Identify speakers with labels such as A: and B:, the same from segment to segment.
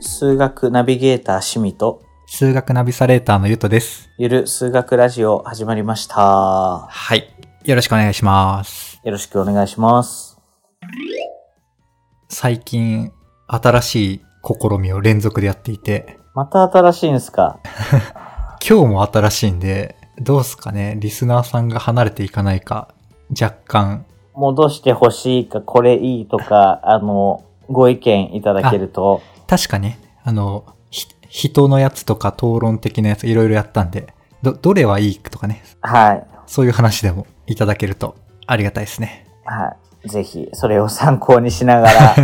A: 数学ナビゲーター趣味と、
B: 数学ナビサレーターのゆうとです。
A: ゆる数学ラジオ始まりました。
B: はい。よろしくお願いします。
A: よろしくお願いします。
B: 最近、新しい試みを連続でやっていて、
A: また新しいんすか
B: 今日も新しいんで、どうすかね、リスナーさんが離れていかないか、若干、
A: 戻してほしいか、これいいとか、あの、ご意見いただけると、
B: 確かね、あの、ひ人のやつとか討論的なやついろいろやったんで、ど、どれはいいとかね、
A: はい。
B: そういう話でもいただけるとありがたいですね。
A: はい。ぜひ、それを参考にしながら、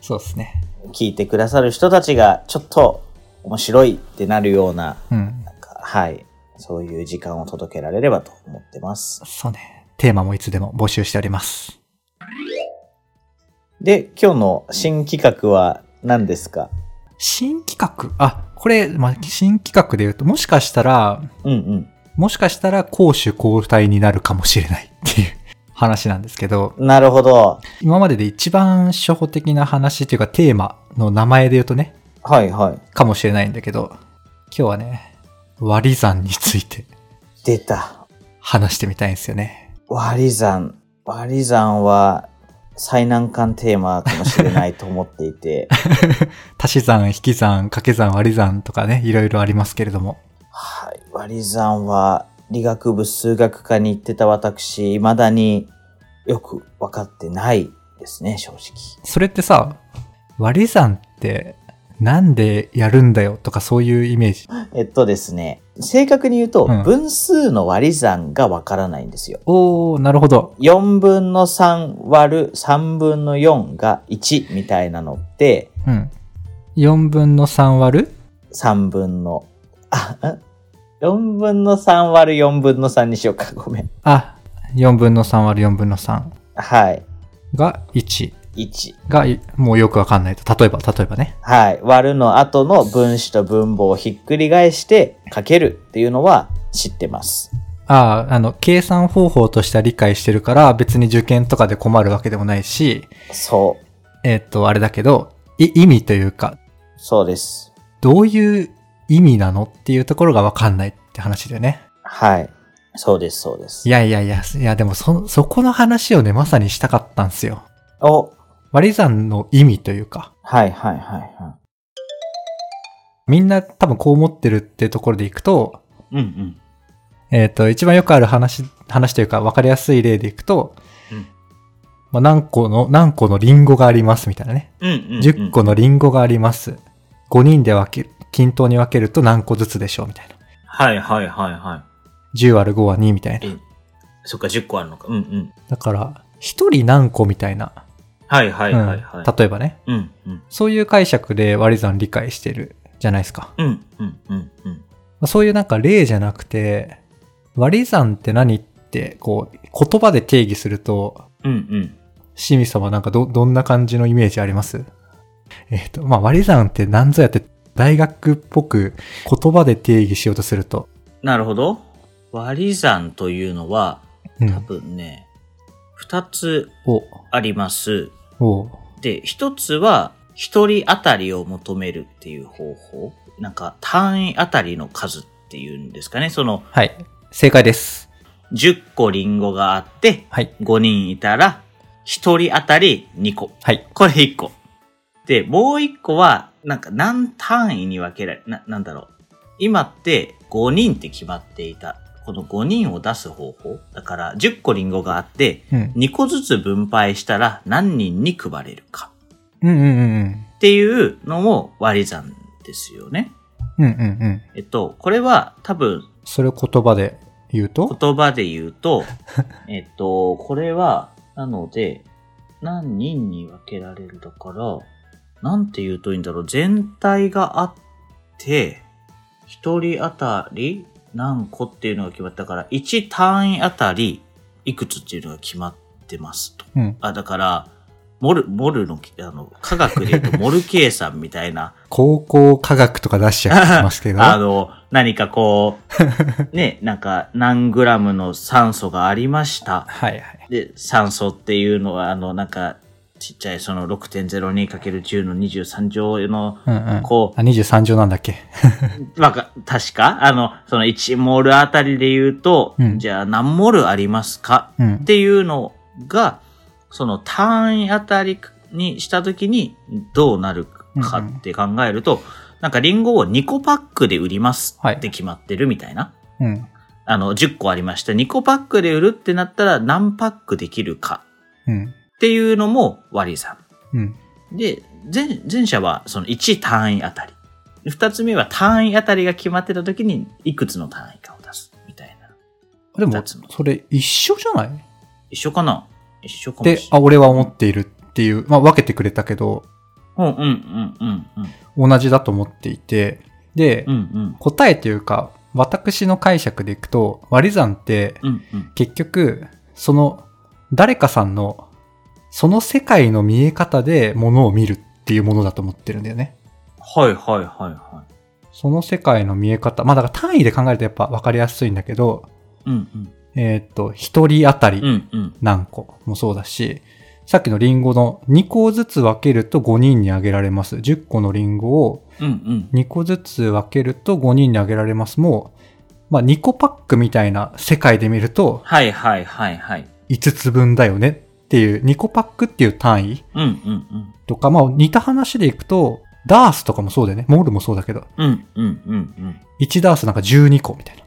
B: そうですね。
A: 聞いてくださる人たちが、ちょっと面白いってなるような、
B: うん。
A: なんかはい。そういう時間を届けられればと思ってます。
B: そうね。テーマもいつでも募集しております。
A: で、今日の新企画は何ですか
B: 新企画あ、これ、まあ、新企画で言うと、もしかしたら、
A: うんうん。
B: もしかしたら攻守交代になるかもしれないっていう 話なんですけど、
A: なるほど。
B: 今までで一番初歩的な話というかテーマの名前で言うとね、
A: はいはい。
B: かもしれないんだけど、今日はね、割り算について
A: 出た。
B: 話してみたいんですよね。
A: 割り算。割り算は最難関テーマかもしれないと思っていて。
B: 足し算、引き算、掛け算、割り算とかね、いろいろありますけれども。
A: はい。割り算は理学部数学科に行ってた私、未だによく分かってないですね、正直。
B: それってさ、割り算ってなんでやるんだよとかそういうイメージ。
A: えっとですね、正確に言うと
B: うん
A: 分数の割り算が分からないんですよ。
B: おー、なるほど。
A: 4分の3割る3分の4が1みたいなのって、
B: うん。4分の3割る
A: 3分の、あ、ん4分の3割る4分の3にしようか。 ごめん。
B: あ、4分の3割る4分の3
A: はい。
B: が1
A: 1。
B: が、いもうよくわかんないと。例えば、例えばね。
A: はい。割るの後の分子と分母をひっくり返してかけるっていうのは知ってます。
B: ああ、あの、計算方法としては理解してるから、別に受験とかで困るわけでもないし、
A: そう。
B: えっ、と、あれだけど、い意味というか、
A: そうです。
B: どういう意味なのっていうところがわかんないって話だよね。
A: はい。そうです、そうで
B: い
A: す。
B: やいやいや、いやでもそ、そこの話をね、まさにしたかったんですよ。
A: お、
B: 割り算の意味というか、
A: はい、はい、はい、は
B: みんな多分こう思ってるってところでいくと、
A: い。うん、うん。
B: えっ、と、一番よくある話、話というか分かりやすい例でいくと、
A: うん
B: まあ、何個の、何個のリンゴがありますみたいなね。
A: うん、うん、
B: 10個。のリンゴがあります。5人で分け、均等に分けると何個ずつでしょうみたいな。
A: はい、はい、はい、は
B: 10割る5は2みたいな。
A: えそっか、10個あるのか。うん、うん。
B: だから、1人何個みたいな。
A: はい、は
B: うん例えばね。
A: うん、うん、
B: そういう解釈で割り算理解してるじゃないですか。
A: うん、うん、うん、うん。
B: まあそういうなんか例じゃなくて、割り算って何って、こう、言葉で定義すると、
A: うん、うん。
B: 清水さんはなんかど、どんな感じのイメージありますえっ、と、まあ、割り算って何ぞやって大学っぽく言葉で定義しようとすると、
A: なるほど。割り算というのは、
B: う
A: 多
B: ん、
A: 分ね、二つ
B: お、
A: あります。
B: お、
A: で、一つは、一人当たりを求めるっていう方法。なんか、単位当たりの数っていうんですかね。その、
B: はい、正解です。
A: 10個リンゴがあって、
B: はい、
A: 5人いたら、一人当たり2個。
B: はい、
A: これ1個。で、もう1個は、なんか何単位に分けられ、な、なんだろう。今って5人って決まっていた。この5人を出す方法。だから10個リンゴがあって、
B: うん、
A: 2個ずつ分配したら何人に配れるか。
B: うん、うん、うん、
A: っていうのも割り算ですよね。
B: うん、うん、うん。
A: えっと、これは多分
B: それを言葉で言うと、
A: 言葉で言うと、えっと、これは、なので、何人に分けられるだから、なんて言うといいんだろう。全体があって、一人当たり何個っていうのが決まったから、1単位当たりいくつっていうのが決まってますと。
B: うん、
A: あ、だから、モル、モルの、あの、科学で言うとモル計算みたいな、
B: 高校科学とか出しちゃいますけど、
A: あの、何かこう、ね、なんか何グラムの酸素がありました。
B: はい、はい。
A: で、酸素っていうのは、あの、なんか、ちっちゃいその 6.02×10 の23乗の、
B: うんうん。
A: こう、
B: あ、23条なんだっけ
A: わか、確かあの、その1モールあたりで言うと、
B: うん
A: じゃあ何モールありますか
B: う
A: っ
B: ん。
A: ていうのが、その単位あたりにしたときにどうなるかって考えると、なんかリンゴを2個パックで売ります
B: はい
A: って決まってるみたいな。
B: うん。
A: あの、10個ありました。2個パックで売るってなったら何パックできるか
B: うん。
A: っていうのも割り算。
B: うん。
A: で、前、前者はその1単位あたり。二つ目は単位あたりが決まってた時にいくつの単位かを出すみたいな。
B: で
A: 二
B: も
A: つの、
B: それ一緒じゃないっ
A: 一緒かな一緒かも
B: て
A: し、れ
B: あ、
A: ない。
B: 俺は思っているっていう、まあ分けてくれたけど、
A: うんうんうんうんうん。
B: 同じだと思っていて、で、
A: うんうん。
B: 答えというか、私の解釈でいくと、割り算って、
A: うんうん。
B: 結局、その、誰かさんの、その世界の見え方で物を見るっていうものだと思ってるんだよね。
A: はいはいはいは
B: その世界の見え方。まあだから単位で考えるとやっぱ分かりやすいんだけど、
A: い。うんうん。
B: えーっと、一人当た
A: う
B: り
A: んうん。
B: 何個もそうだし、さっきのリンゴの2個ずつ分けると5人にあげられます。10個のリンゴを
A: うんうん。
B: 2個ずつ分けると5人にあげられます。もう、まあ2個パックみたいな世界で見ると
A: はいはいはいはい。
B: 5つ分だよねっていう、2個パックっていう単位
A: うんうん
B: とか、まあ似た話でいくと、ダースとかもそうだよね。モールもそうだけど、
A: うん。うんうんうんうん。
B: 1ダースなんか12個みたいな。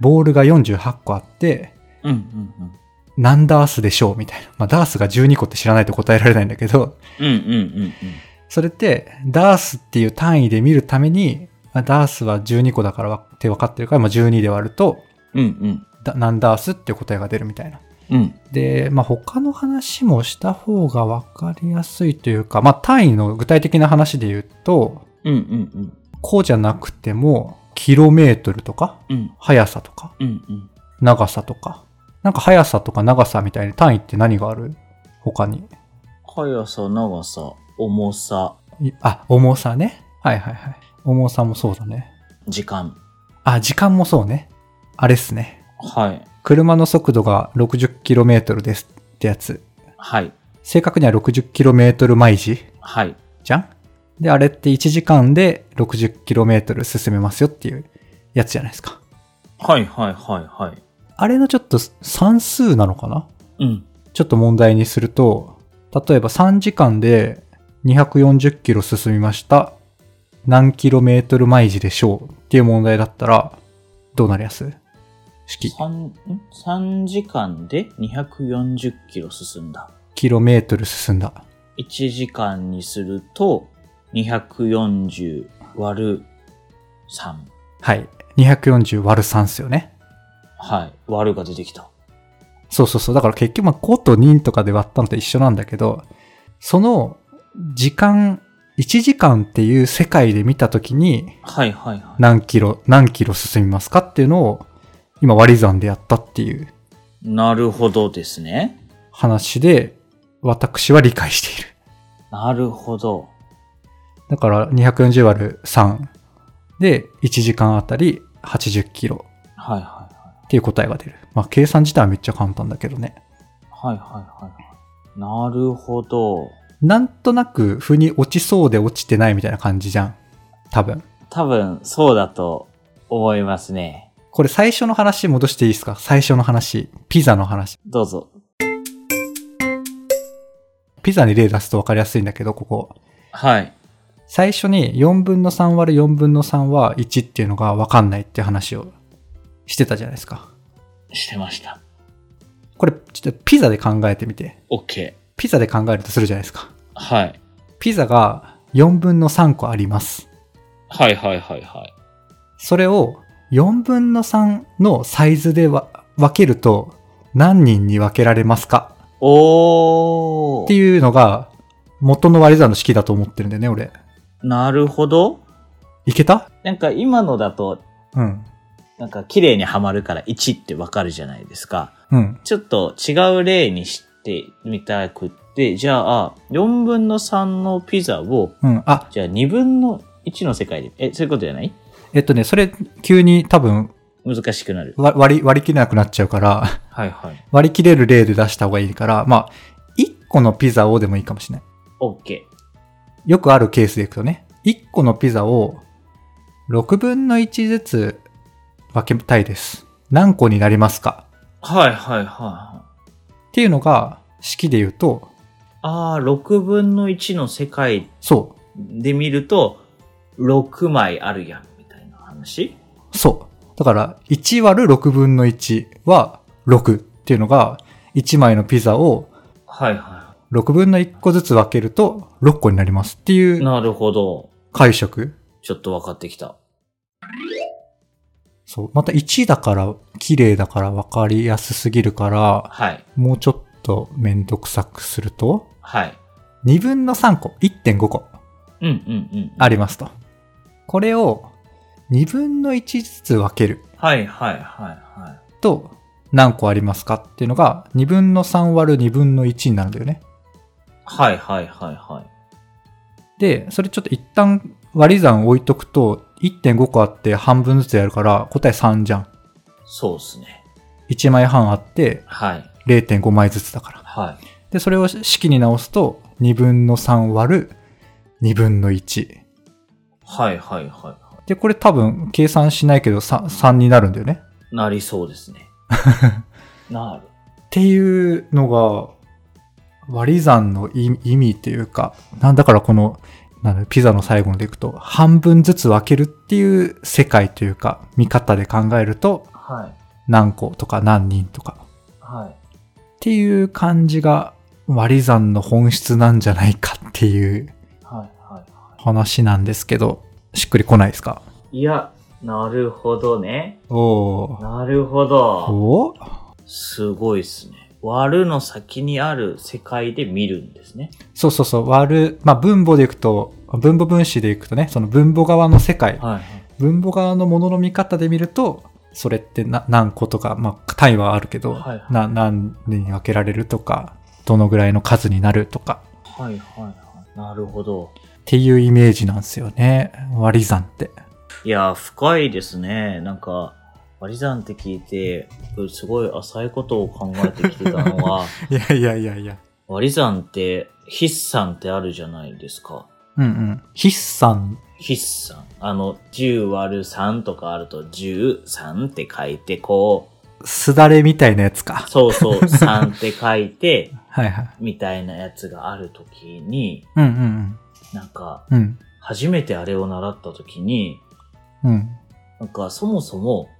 B: ボールが48個あって、
A: うんうんうん。
B: 何ダースでしょうみたいな。まあダースが12個って知らないと答えられないんだけど、
A: うんうんうん
B: それって、ダースっていう単位で見るために、あダースは12個だからわって分かってるから、まあ12で割ると、
A: うん。うんうん。
B: だ何ダースっていう答えが出るみたいな。
A: うん
B: で、まあ他の話もした方が分かりやすいというか、まあ単位の具体的な話で言うと、
A: うんうん
B: こうじゃなくても、キロメートルとか、
A: うん。うん
B: 速さとか、
A: うんうん。
B: 長さとか。なんか速さとか長さみたいに単位って何がある他に。
A: 速さ、長さ、重さ、
B: いあ、重さね。はいはいはい。重さもそうだね。
A: 時間。
B: あ、時間もそうね。あれっすね。
A: はい。
B: 車の速度が 60km ですってやつ。
A: はい。
B: 正確には 60km 毎時
A: はい。
B: じゃんで、あれって1時間で 60km 進めますよっていうやつじゃないですか。
A: はいはいはいはい。
B: あれのちょっと算数なのかな
A: うん。
B: ちょっと問題にすると、例えば3時間で240キロ進みました。何キロメートル毎時でしょうっていう問題だったら、どうなります式。
A: 三、ん三時間で240キロ進んだ。
B: キロメートル進んだ。
A: 1時間にすると、240割る3。
B: はい。240割る3っすよね。
A: はい。割るが出てきた。
B: そうそうそう。だから結局まあ5と2とかで割ったのと一緒なんだけど、その時間、1時間っていう世界で見たときに
A: はいはいはい。
B: 何キロ、何キロ進みますかっていうのを今割り算でやったっていう
A: なるほどですね。
B: 話で私は理解している。
A: なるほど。
B: だから240割る3で1時間あたり80キロ
A: はいはいは
B: っていう答えが出る。まあ計算自体はめっちゃ簡単だけどね。
A: い。はいはいはいはい。なるほど。
B: なんとなく腑に落ちそうで落ちてないみたいな感じじゃん。多分。
A: 多分、そうだと思いますね。
B: これ最初の話戻していいですか最初の話。ピザの話。
A: どうぞ。
B: ピザに例出すと分かりやすいんだけど、ここ。
A: はい。
B: 最初に4分の3割る4分の3は1っていうのが分かんないって話をしてたじゃないですか。
A: してました。
B: これ、ちょっとピザで考えてみて。
A: OK。
B: ピザで考えるとするじゃないですか。
A: はい。
B: ピザが4分の3個あります。
A: はいはいはいはい。
B: それを4分の3のサイズでわ分けると何人に分けられますか
A: おー。
B: っていうのが元の割り算の式だと思ってるんだよね、俺。
A: なるほど。
B: いけた
A: なんか今のだと、
B: うん。
A: なんか綺麗にはまるから1ってわかるじゃないですか。
B: うん。
A: ちょっと違う例にしてみたくって、じゃあ、4分の3のピザを、
B: うん。あ、
A: じゃあ2分の1の世界で、え、そういうことじゃない
B: えっとね、それ急に多分
A: 難しくなる。
B: わ割り、割り切れなくなっちゃうから、
A: はいはい。
B: 割り切れる例で出した方がいいから、まあ、1個のピザをでもいいかもしれない。
A: OK。
B: よくあるケースでいくとね、1個のピザを6分の1ずつ分けたいです。何個になりますか
A: はいはいはいはい。
B: っていうのが式で言うと、
A: ああ、6分の1の世界
B: そ
A: で見ると、6枚あるやん、みたいな話
B: う、そう。だから1割る6分の1は6っていうのが1枚のピザを
A: はいは
B: 6分の1個ずつ分けると6個になりますってい
A: い。
B: う
A: なるほど。
B: 解釈。
A: ちょっと分かってきた。
B: そう。また1だから綺麗だから分かりやすすぎるから、
A: はい。
B: もうちょっとめんどくさくすると、
A: はい。
B: 2分の3個、1.5個
A: うんうんうん。
B: ありますと。これを2分の1ずつ分ける
A: はいはいはいは
B: と何個ありますかっていうのが2分の3割る2分の1になるんだよね。
A: い。はいはいはいはい。
B: で、それちょっと一旦割り算置いとくと1.5個あって半分ずつやるから答え3じゃん。
A: そうっすね。
B: 1枚半あって
A: はい。
B: 0.5枚ずつだから。
A: はい。
B: で、それを式に直すと2分の3割る2分の1。
A: はいはいはいは
B: で、これ多分計算しないけど 3, 3になるんだよね。
A: い。なりそうです ね。なる。
B: っていうのが割り算の意意味というか、なんだからこの、なんだピザの最後のでいくと、半分ずつ分けるっていう世界というか、見方で考えると、
A: はい。
B: 何個とか何人とか
A: はい。
B: っていう感じが割り算の本質なんじゃないかっていう
A: はいはいは
B: 話なんですけど、しっくりこないですか
A: い。いや、なるほどね。
B: おー。
A: なるほど。
B: お
A: すごいっすね。割るの先にある世界で見るんですね。
B: そうそうそう、割る、まあ分母でいくと、分母分子でいくとね、その分母側の世界、
A: はい。
B: 分母側のものの見方で見るとそれってな何個とか、まあ、単位はあるけど、
A: はいはい
B: な何に分けられるとかどのぐらいの数になるとか
A: はいはいはい。なるほど。
B: っていうイメージなんですよね割り算って
A: いや、深いですね。なんか、割り算って聞いて、すごい浅いことを考えてきてたのは、
B: いやいやいやいや
A: 割り算って、筆算ってあるじゃないですか。
B: うんうん筆算
A: 筆算。あの、10割る3とかあると、13って書いて、こ
B: すだれみたいなやつ
A: う、
B: か
A: そうそう、3って書いて、
B: はいはい
A: みたいなやつがあるときに、
B: うんうん
A: なんか、
B: うんうん
A: 初めてあれを習ったときに、
B: うん
A: なんか、そもそも、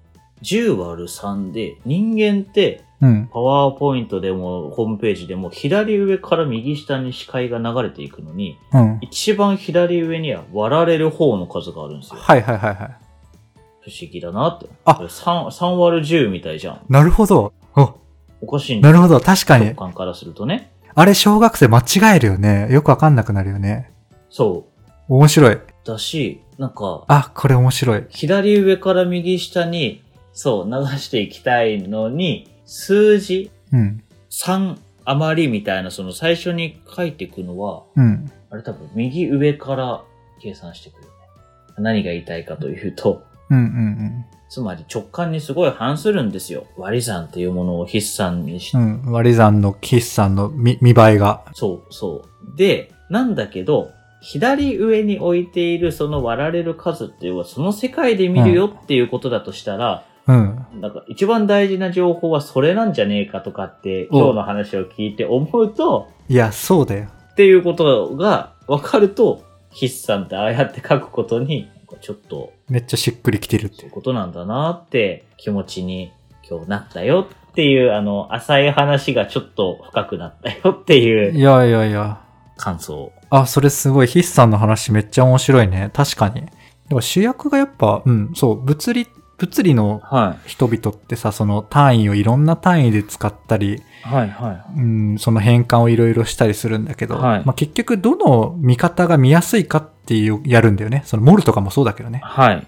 A: 10割る3で、人間って、
B: うん
A: パワーポイントでも、ホームページでも、左上から右下に視界が流れていくのに、
B: うん
A: 一番左上には割られる方の数があるんですよ。
B: はいはいはいはい
A: 不思議だなって。
B: あ
A: これ3、3割る10みたいじゃん。
B: なるほどお
A: おかしいん
B: な
A: だ
B: るほど確か
A: 直
B: に
A: 感からするとね。
B: あれ小学生間違えるよねよくわかんなくなるよね
A: そ。
B: 面白いう
A: だし、なんか、
B: あこれ面白い
A: 左上から右下に、そう、流していきたいのに、数字
B: うん
A: 3余りみたいな、その最初に書いていくのは、
B: うん
A: あれ多分右上から計算していくよね。何が言いたいかというと、
B: うんうんうん
A: つまり直感にすごい反するんですよ。割り算っていうものを筆算にして、
B: うん、割り算の岸さんの見見栄えが。
A: そうそう。で、なんだけど、左上に置いているその割られる数っていうのはその世界で見るよっていうことだとしたら、
B: うん。
A: なんか一番大事な情報はそれなんじゃねえかとかって今日の話を聞いて思うと、
B: いや、そうだよ。
A: っていうことが分かると、筆算ってああやって書くことに、なんかちょっと
B: めっちゃしっくりきてるっ
A: そう
B: て
A: いう。ことなんだなって気持ちに今日なったよっていう、あの、浅い話がちょっと深くなったよってい
B: いうやいやいや。
A: 感想。
B: あ、それすごい。岸さんの話めっちゃ面白いね。確かに。だから主役がやっぱ、うん、そう、物理、物理の
A: は
B: 人々ってさ、その単位をいろんな単位で使ったり、
A: い。はいはい。
B: うん、その変換をいろいろしたりするんだけど、
A: はい
B: まあ結局どの見方が見やすいかっていう、やるんだよね。そのモルとかもそうだけどね。
A: はい。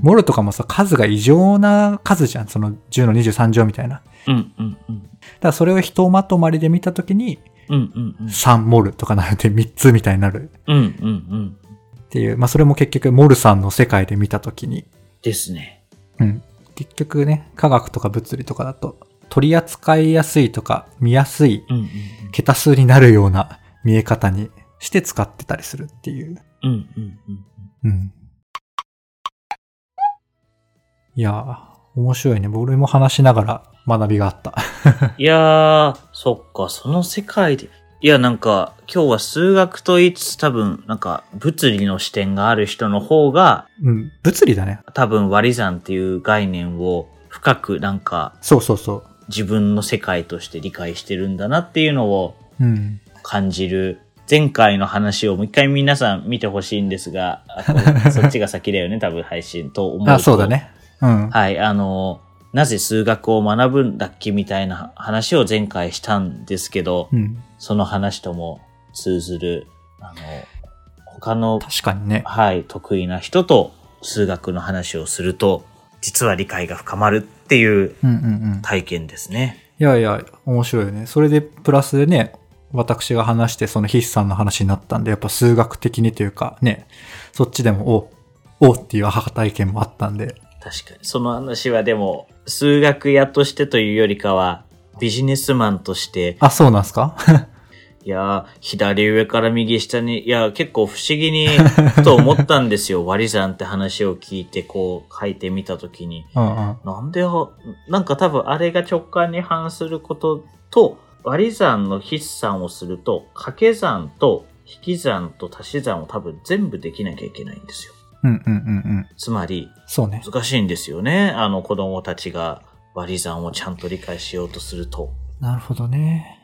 B: モルとかもさ、数が異常な数じゃん。その10の23乗みたいな。
A: うんうんうん。
B: だからそれをひとまとまりで見たときに、
A: うんうんうん。
B: 3モルとかなので3つみたいになる
A: うんうんうん。
B: っていう、まあそれも結局モルさんの世界で見たときに、
A: ですね。
B: うん。結局ね、科学とか物理とかだと、取り扱いやすいとか見やすい
A: うんうん
B: 桁数になるような見え方にして使ってたりするっていう。
A: うん。うんうんうん
B: うん。いやー、面白いね。俺も話しながら学びがあった。
A: いやー、そっか、その世界で。いや、なんか、今日は数学と言いつつ多分、なんか、物理の視点がある人の方が、
B: うん、物理だね。
A: 多分割り算っていう概念を深く、なんか、
B: そうそうそ
A: 自分の世界として理解してるんだなっていうのを
B: う。うん。
A: 感じる。前回の話をもう一回皆さん見てほしいんですが、 あとそっちが先だよね、多分配信と思うと。
B: あ、そうだ。ね。うん。
A: はい、あの、なぜ数学を学ぶんだっけみたいな話を前回したんですけど、
B: うん。
A: その話とも通ずる、あの、他の、
B: 確かにね。
A: はい、得意な人と数学の話をすると、実は理解が深まるっていう
B: うんうんうん。
A: 体験ですね。
B: いやいや、面白いよね。それで、プラスでね、私が話して、その筆算の話になったんで、やっぱ数学的にというか、ね、そっちでも、おおっていうアハ体験もあったんで、
A: 確かに。その話はでも、数学屋としてというよりかは、ビジネスマンとして、
B: あ、そうなんすか
A: いやー、左上から右下に、いやー、結構不思議に、ふと思ったんですよ。 割り算って話を聞いて、こう、書いてみたときに。
B: うんうん。
A: なんでよ、なんか多分あれが直感に反することと、割り算の筆算をすると、掛け算と引き算と足し算を多分全部できなきゃいけないんですよ。
B: うんうんうんうん。
A: つまり、
B: そうね。
A: 難しいんですよね。あの子供たちが割り算をちゃんと理解しようとすると。
B: なるほどね。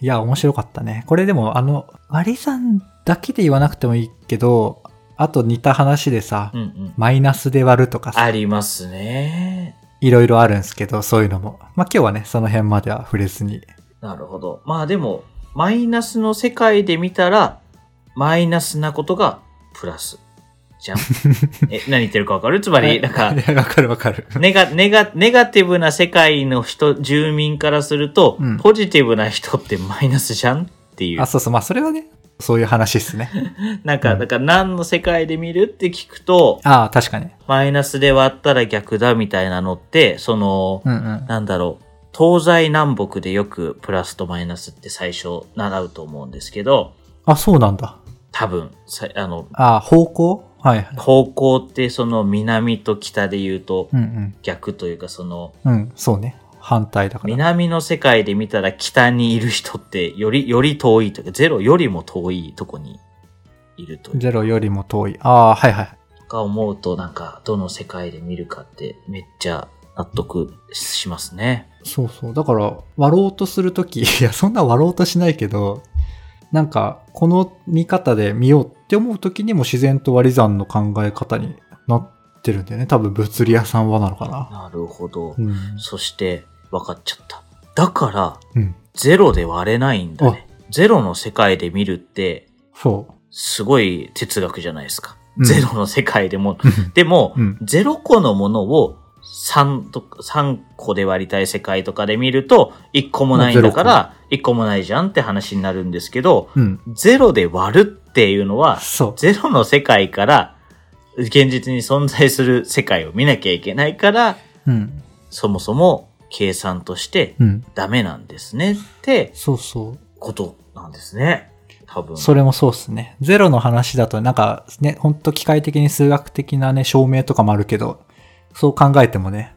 B: いや、面白かったね。これでも、あの、割り算だけで言わなくてもいいけど、あと似た話でさ、
A: うんうん。
B: マイナスで割るとかさ
A: あ、りますね。
B: いろいろあるんですけど、そういうのも。まあ、今日はね、その辺までは触れずに。
A: なるほど。まあでも、マイナスの世界で見たら、マイナスなことがプラス。じゃん。え、何言ってるかわかるつまり、なんか、
B: いやわかるわかる。
A: ネガ、ネガ、ネガティブな世界の人、住民からすると、
B: うん
A: ポジティブな人ってマイナスじゃんっていう
B: あ、。そうそう。まあ、それはね、そういう話ですね。
A: なんか、
B: うん
A: だから何の世界で見るって聞くと、
B: ああ、確かに。
A: マイナスで割ったら逆だみたいなのって、その、
B: うんうん。
A: なんだろう、東西南北でよくプラスとマイナスって最初習うと思うんですけど、
B: あ、そうなんだ。
A: 多分、さあの、
B: ああ、方向はいはい。
A: 高校ってその南と北で言うと
B: うん
A: 逆というかその、
B: うん。うん、そうね。反対だから。
A: 南の世界で見たら北にいる人ってより、 より遠いというか、ゼロよりも遠いとこにいるという
B: ゼロよりも遠い。ああ、はいはい。
A: か思うと、なんか、どの世界で見るかってめっちゃ納得しますね。
B: そうそう。だから、割ろうとするとき、い や、そんな割ろうとしないけど、なんか、この見方で見ようって思うときにも自然と割り算の考え方になってるんだよね。多分、物理屋さんはなのかな。
A: なるほど。
B: うん。
A: そして、分かっちゃった。だから、
B: うん。
A: ゼロで割れないんだね。ゼロの世界で見るって、
B: そ
A: すごい哲学じゃないですか。
B: うん
A: ゼロの世界でも、
B: う。
A: でも、
B: うん
A: 0個のものを3とか、3個で割りたい世界とかで見ると、1個もないんだから、1個もないじゃんって話になるんですけど、
B: うん。
A: 0で割るっていうのは、
B: そう。
A: 0の世界から、現実に存在する世界を見なきゃいけないから、
B: うん。
A: そもそも計算として
B: うん。
A: ダメなんですねって
B: そうそう。
A: ことなんですね。多分。
B: それもそうっすね。ゼロの話だと、なんかね、ほんと機械的に数学的なね、証明とかもあるけど、そう考えてもね、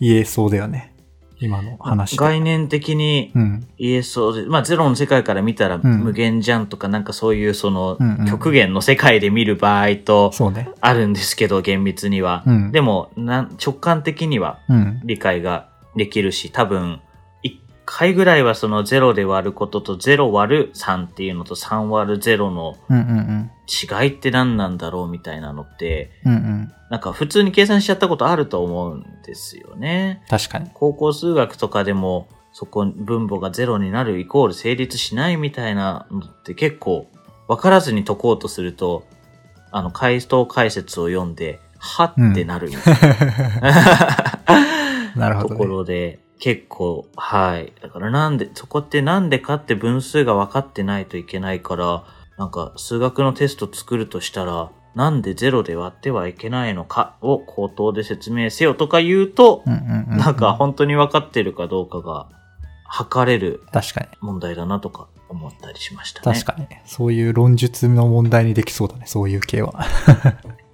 B: 言えそうだよね。今の話で。
A: 概念的に
B: うん。
A: 言えそうで、まあゼロの世界から見たら
B: ん
A: 無限じゃんとか、なんかそういうその
B: うんうん
A: 極限の世界で見る場合と
B: そうね。
A: あるんですけど、厳密には。
B: うん
A: でもなん直感的には
B: うん。
A: 理解ができるし、多分1回ぐらいはそのゼロで割ることとゼロ割る3っていうのと3割るゼロの
B: うんうんうん。
A: 違いって何なんだろうみたいなのって、
B: うんうん。
A: なんか普通に計算しちゃったことあると思うんですよね。
B: 確かに。
A: 高校数学とかでもそこ分母がゼロになるイコール成立しないみたいなのって結構分からずに解こうとするとあの回答解説を読んではってなるみたいな、
B: なるほ
A: と
B: ど、
A: こ
B: ね。
A: ろで結構はいだからなんでそこってなんでかって分数が分かってないといけないからなんか数学のテスト作るとしたらなんでゼロで割ってはいけないのかを口頭で説明せよとか言うと、
B: うんうんうんうん。
A: なんか本当に分かってるかどうかが測れる
B: 確かに。
A: 問題だなとか思ったりしましたね。
B: 確かに。そういう論述の問題にできそうだね。そういう系は。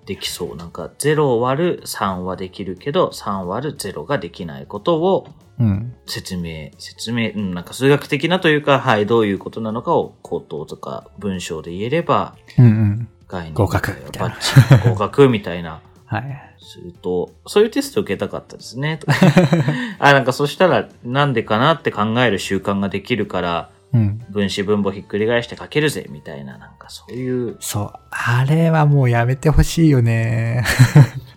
A: できそう。なんか0割る3はできるけど、3割る0ができないことを
B: うん。
A: 説明、説明、うん、なんか数学的なというか、はい、どういうことなのかを口頭とか文章で言えれば、
B: うんうん。
A: 概念
B: 合格
A: みたいなバッチリ合格みたいな。
B: はい。
A: すると、そういうテスト受けたかったですね。とか あ、なんかそしたらなんでかなって考える習慣ができるから、
B: うん。
A: 分子分母ひっくり返して書けるぜ、みたいな、なんかそういう、
B: そう。あれはもうやめてほしいよね。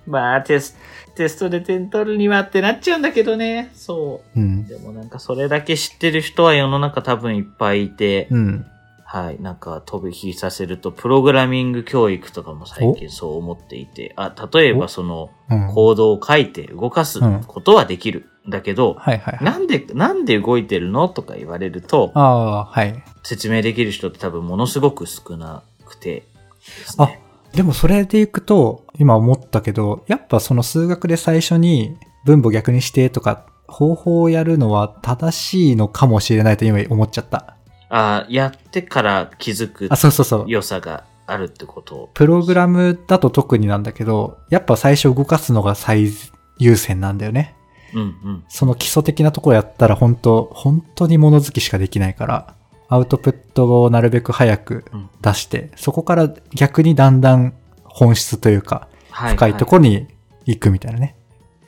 A: まあテステストで点取るにはってなっちゃうんだけどね。そうう。
B: ん。
A: でもなんかそれだけ知ってる人は世の中多分いっぱいいて、
B: うん。
A: はい。なんか飛び火させると、プログラミング教育とかも最近そう思っていて、あ、例えばその
B: うん。
A: 行動を書いて動かすことはできる。だけど、
B: はいはいはい。
A: なんで、なんで動いてるのとか言われると、
B: ああ、はい。
A: 説明できる人って多分ものすごく少なくてです
B: あ
A: ね。、
B: でもそれでいくと、今思ったけど、やっぱその数学で最初に分母逆にしてとか、方法をやるのは正しいのかもしれないと今思っちゃった。
A: あやってから気づく
B: あ、そうそうそう。
A: 良さがあるってこと。
B: プログラムだと特になんだけど、やっぱ最初動かすのが最優先なんだよね。
A: うんうん。
B: その基礎的なところやったら本当、本当に物好きしかできないから、アウトプットをなるべく早く
A: うん
B: 出して、そこから逆にだんだん本質というか、
A: は
B: 深いところに行くみたいなね。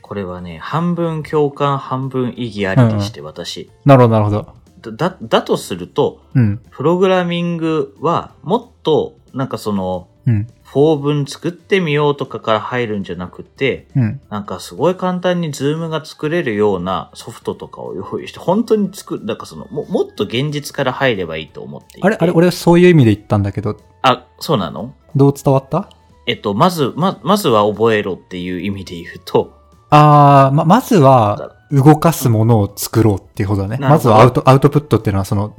A: これはね、半分共感、半分意義ありでして、私。
B: なるほど、なるほど。
A: だ、だとすると、
B: うん、
A: プログラミングはもっと、なんかその、
B: うん、
A: 法文作ってみようとかから入るんじゃなくて、
B: うん。
A: なんかすごい簡単にズームが作れるようなソフトとかを用意して、本当に作る、なんかその、ももっと現実から入ればいいと思っていて。
B: あれ、あれ、俺そういう意味で言ったんだけど、
A: あ、そうなの
B: どう伝わった
A: えっと、まず、ま、まずは覚えろっていう意味で言うと、
B: あーま、まずは、動かすものを作ろうっていうことだね。
A: なる
B: ま
A: ほ
B: ず
A: ど
B: はアウト、アウトプットっていうのは、その、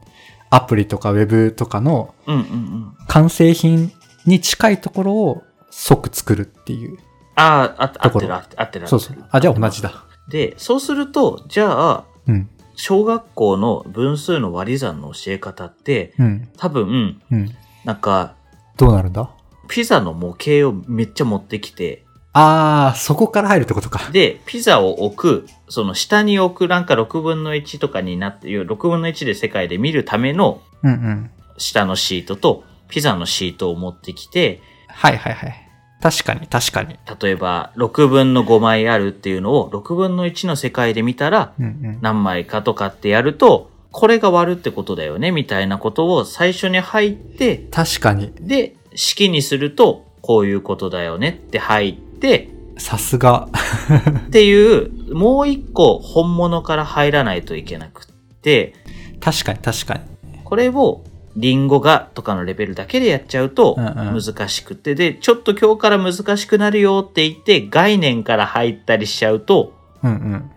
B: アプリとかウェブとかの
A: うんうんうん。
B: 完成品に近いところを即作るっていう。
A: ああ、あ合
B: と
A: っ
B: こ
A: てる、
B: ろ
A: 合ってる合ってる。
B: そうそう。あ、じゃあ同じだ。
A: で、そうすると、じゃあ、
B: うん、
A: 小学校の分数の割り算の教え方って、
B: うん、
A: 多分、
B: うん。
A: なんか、
B: どうなるんだ
A: ピザの模型をめっちゃ持ってきて、
B: あー、そこから入るってことか。
A: で、ピザを置く、その下に置くなんか6分の1とかになっていう、6分の1で世界で見るための
B: うん、うん。
A: 下のシートと、ピザのシートを持ってきて、
B: はいはいはい。確かに、確かに。
A: 例えば6分の5枚あるっていうのを6分の1の世界で見たら
B: うん、うん。
A: 何枚かとかってやると、これが割るってことだよね、みたいなことを最初に入って、
B: 確かに、
A: で、式にすると、こういうことだよねって入って、
B: さすが。
A: っていう、もう一個本物から入らないといけなくって、
B: 確かに、確かに。
A: これをリンゴがとかのレベルだけでやっちゃうと
B: うんうん
A: 難しくて、で、ちょっと今日から難しくなるよって言って概念から入ったりしちゃうと、
B: うん、うん。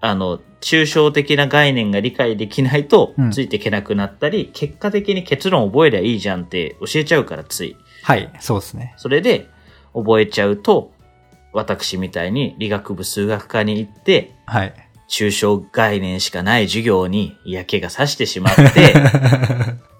A: あの、抽象的な概念が理解できないと
B: うん
A: ついていけなくなったり、結果的に結論覚えりゃいいじゃんって教えちゃうからつい。
B: はい、そうですね。
A: それで覚えちゃうと、私みたいに理学部数学科に行って、
B: はい。
A: 抽象概念しかない授業に嫌気がさしてしま って、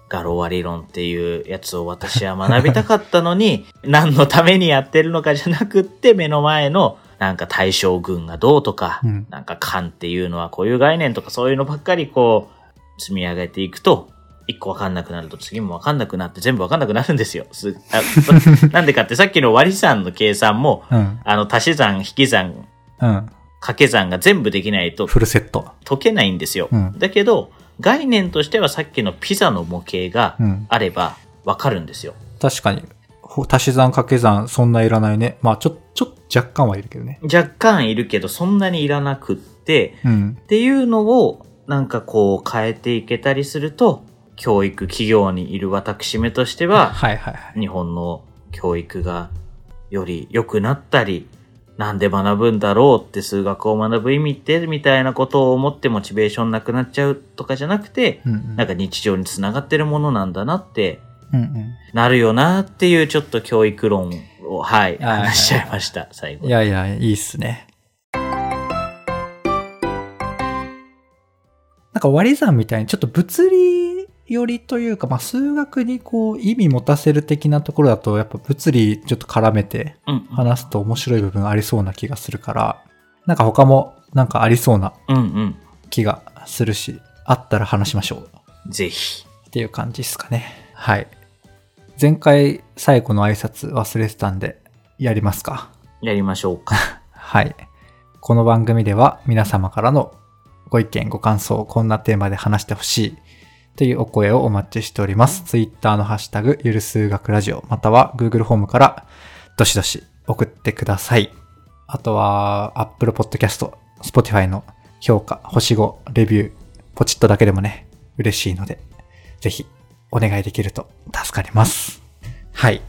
A: ガロア理論っていうやつを私は学びたかったのに、 何のためにやってるのかじゃなくって、目の前のなんか対象群がどうとか、
B: うん
A: なんか感っていうのはこういう概念とかそういうのばっかりこう、積み上げていくと、一個わかんなくなると次もわかんなくなって全部わかんなくなるんですよ。すあ なんでかってさっきの割り算の計算も、
B: うん、
A: あの足し算、引き算、
B: うん。
A: 掛け算が全部できないと
B: フルセット。
A: 解けないんですよ。
B: うん
A: だけど、概念としてはさっきのピザの模型が
B: うん。
A: あればわかるんですよ。
B: 確かに。ほ足し算掛け算、そんないらないね。まあ、ちょ、ちょ、若干はいるけどね。
A: 若干いるけど、そんなにいらなくって、
B: うん。
A: っていうのをなんかこう変えていけたりすると、教育企業にいる私めとしては、
B: はいはいはい。
A: 日本の教育がより良くなったり、なんで学ぶんだろうって数学を学ぶ意味ってみたいなことを思ってモチベーションなくなっちゃうとかじゃなくて、
B: うん、うん。
A: なんか日常につながってるものなんだなって
B: うんう
A: なるよなっていうちょっと教育論を、はい、
B: はい
A: 話しちゃいました、最
B: ん。
A: 後。
B: いやいや、いいっすね。なんか割り算みたいにちょっと物理よりというか、まあ、数学にこう意味持たせる的なところだとやっぱ物理ちょっと絡めて
A: うん。
B: 話すと面白い部分ありそうな気がするから、なんか他もなんかありそうな
A: うんうん。
B: 気がするし、あったら話しましょう
A: ぜひ。
B: っていう感じですかね。はい。前回最後の挨拶忘れてたんで、やりますか。
A: やりましょうか。
B: はい。この番組では皆様からのご意見、ご感想、こんなテーマで話してほしいというお声をお待ちしております。Twitter のハッシュタグ、ゆる数学ラジオ、または Google ホームからどしどし送ってください。あとは Apple Podcast、Spotify の評価、星5、レビュー、ポチッとだけでもね、嬉しいので、ぜひお願いできると助かります。はい。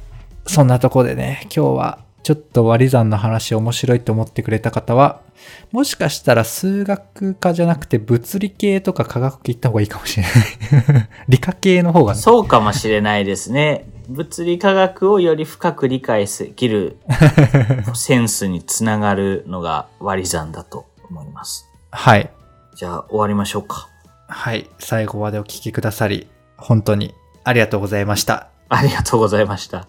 B: そんなとこでね、今日はちょっと割り算の話面白いと思ってくれた方は、もしかしたら数学科じゃなくて物理系とか科学系行った方がいいかもしれない。 理科系の方がね。
A: そうかもしれないですね。 物理科学をより深く理解できる センスにつながるのが割り算だと思います。
B: はい。
A: じゃあ終わりましょうか。
B: はい。最後までお聞きくださり、本当にありがとうございました。
A: ありがとうございました。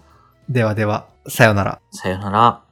B: ではでは、さようなら。
A: さよなら。